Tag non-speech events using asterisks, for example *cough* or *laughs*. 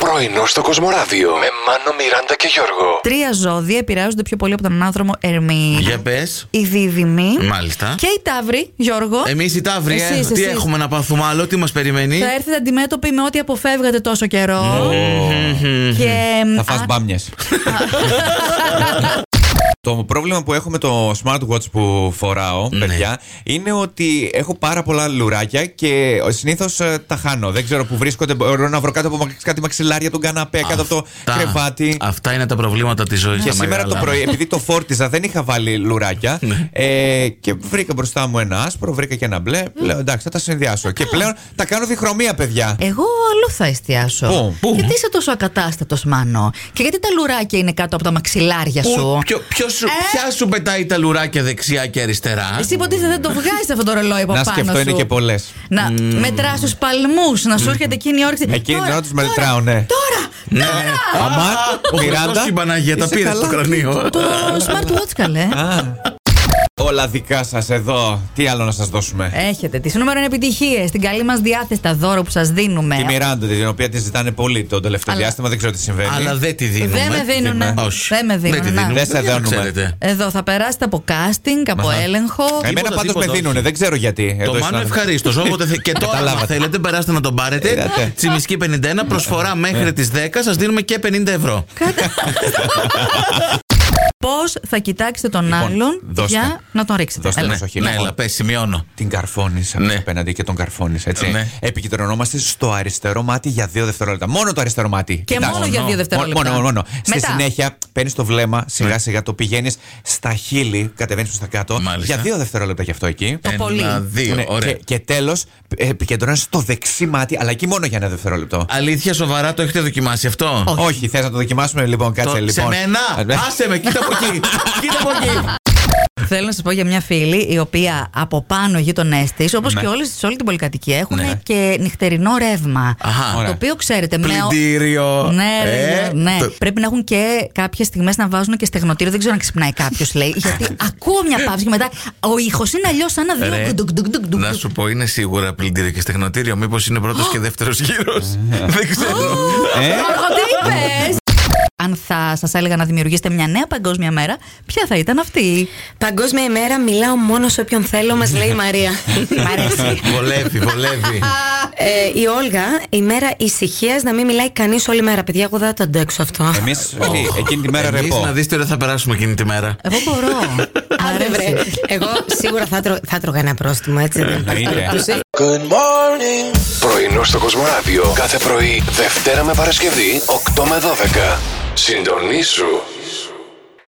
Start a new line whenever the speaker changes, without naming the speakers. Πρωινό στο Κοσμοράδιο με Μάνο, Μιράντα και Γιώργο.
Τρία ζώδια επηρεάζονται πιο πολύ από τον άνθρωπο Ερμή.
Για πες.
Η δίδυμη.
Μάλιστα.
και η ταύρη, Γιώργο.
Εμείς οι Ταύροι, ε,
Εσείς,
τι
εσείς.
έχουμε να πάθουμε άλλο, τι μας περιμένει.
Θα έρθετε αντιμέτωποι με ό,τι αποφεύγατε τόσο καιρό. Και.
Θα φας
Mm-hmm. α, *laughs*
μπάμιες. Το πρόβλημα που έχω με το smartwatch που φοράω,
Ναι.
παιδιά, είναι ότι έχω πάρα πολλά λουράκια και συνήθως τα χάνω. Δεν ξέρω που βρίσκονται. Μπορώ να βρω κάτω από μαξ- κάτι μαξιλάρια τον καναπέ, κάτω από το
Αυτά-
κρεβάτι.
Αυτά είναι τα προβλήματα της ζωής.
Και σήμερα το πρωί, επειδή το φόρτιζα, δεν είχα βάλει λουράκια.
Ναι.
ε, και βρήκα μπροστά μου ένα άσπρο, βρήκα και ένα μπλε.
Mm.
Λέω εντάξει, θα τα συνδυάσω. και πλέον τα κάνω διχρωμία, παιδιά.
Εγώ αλλού θα εστιάσω.
Πού, πού?
Γιατί είσαι τόσο ακατάστατος, Μάνο. Και γιατί τα λουράκια είναι κάτω από τα μαξιλάρια σου.
Ποιο, ποιος σου, ποια σου πετάει τα λουράκια δεξιά και αριστερά.
Ε! Εσύ υποτίθεται δεν το βγάζεις αυτό το ρολόι από
Να
πάνω.
σκεφτώ,
σου.
είναι και πολλές.
Να μετράς τους παλμούς, να σου έρχεται εκείνη η όρεξη.
Εκείνη
Ε,
την
Τώρα,
ώρα τους μετράω, ναι.
Τώρα!
Ναι.
Αμάν,
*laughs* Ο Χριστός
Μιράντα.
και η Παναγία τα
είσαι
πήρες
καλά.
στο κρανίο.
Το
*laughs*
smartwatch καλέ.
Όλα δικά σας εδώ. Τι άλλο να σας δώσουμε.
Έχετε τις νούμερο είναι επιτυχίες, την καλή μας διάθεση, τα δώρα που σας δίνουμε.
Τη Μιράντα, την οποία τη ζητάνε πολύ το τελευταίο
Αλλά-
διάστημα, δεν ξέρω τι συμβαίνει.
Ε, Αλλά δεν τη δίνουμε.
Δεν με δίνουνε.
Όχι. Ναι,
Δεν με δίνουν,
τη
να.
δίνουμε.
Δεν σε
Δεν
δίνουμε.
ξέρετε.
Εδώ θα περάσετε από casting, από έλεγχο.
Εμένα
τίποτα,
πάντως με
τίποτα, όχι.
δίνουνε, δεν ξέρω γιατί.
Το
Εδώ
Μάνο
αισθάνομαι.
ευχαρίστως. Όποτε θε... και τώρα αν
Καταλάβατε. Ε,
θέλετε, περάστε να τον πάρετε.
Είδατε.
Τσιμισκή 51, προσφορά
Ε,
μέχρι τις 10, σας δίνουμε και 50 ευρώ.
Πώς θα κοιτάξετε τον
Λοιπόν,
άλλον
δώστε.
για να τον ρίξετε.
Δώστε
Έλα.
μας. προσοχή,
ναι,
λοιπόν.
έλα, πες, σημειώνω.
Την καρφώνει
Ναι.
απέναντι και τον καρφώνει, έτσι.
Ναι.
Επικεντρωνόμαστε στο αριστερό μάτι για δύο δευτερόλεπτα. Μόνο το αριστερό μάτι.
Και
Κοιτάς.
μόνο για δύο δευτερόλεπτα.
Μόνο, μόνο. μόνο. Στη
Μετά.
συνέχεια παίρνεις το βλέμμα,
Ναι.
σιγά σιγά το πηγαίνεις στα χείλη, κατεβαίνεις προς τα κάτω.
Μάλιστα.
Για δύο δευτερόλεπτα γι' αυτό εκεί.
Το πολύ.
Ένα, δύο,
Ναι,
ωραία.
Και, και τέλος, επικεντρώνει στο δεξί μάτι, αλλά εκεί μόνο για ένα δευτερόλεπτο.
Αλήθεια, σοβαρά το έχετε δοκιμάσει αυτό.
Όχι, θες να το δοκιμάσουμε λοιπόν, κάτσε
Το-
λοιπόν.
Σε μένα!
Α,
Άσε με, κοίτα από
*laughs*
εκεί! κοίτα από εκεί!
Θέλω να σας πω για μια φίλη η οποία από πάνω γείτονέ της,
Ναι.
όπω και όλες, σε όλη την πολυκατοικία, έχουν
Ναι.
και νυχτερινό ρεύμα.
Αχα.
το
Ωραία.
οποίο ξέρετε. με ο-
Πλυντήριο.
Ναι,
Ε,
ρε, ναι.
το-
Πρέπει να έχουν και κάποιες στιγμές να βάζουν και στεγνοτήριο. Δεν ξέρω αν ξυπνάει κάποιος,
*laughs*
λέει. Γιατί ακούω μια παύση και μετά ο ήχος είναι αλλιώς σαν να
Ρε,
δύο. ντουκ, ντουκ, ντουκ, ντουκ,
Να
ντουκ.
σου πω, είναι σίγουρα πλυντήριο και στεγνοτήριο. Μήπως είναι πρώτος και δεύτερος γύρος.
*laughs*
Δεν ξέρω.
ε,
Γιώργο, τι
*laughs*
είπες? Αν θα σας έλεγα να δημιουργήσετε μια νέα παγκόσμια μέρα, ποια θα ήταν αυτή.
Παγκόσμια ημέρα, μιλάω μόνο σε όποιον θέλω, μας λέει η Μαρία.
Μ' αρέσει.
Βολεύει, βολεύει.
ε, η Όλγα, ημέρα ησυχίας, να μην μιλάει κανείς όλη μέρα. Παιδιά, εγώ δεν θα το αντέξω αυτό.
Εμείς εκείνη τη μέρα
Εμείς
ρεπό.
να δεις τι ώρα θα περάσουμε εκείνη τη μέρα.
Εγώ μπορώ. Μ'
Άντε, βρε.
αρέσει.
Εγώ σίγουρα θα, τρω, θα τρώγα ένα πρόστιμο, έτσι. δεν υπάρχει
Εννοείται.
περίπτωση.
Πρωινό στο Κοσμοράδιο κάθε πρωί, Δευτέρα με Παρασκευή, 8 με 12. Συντονίσου.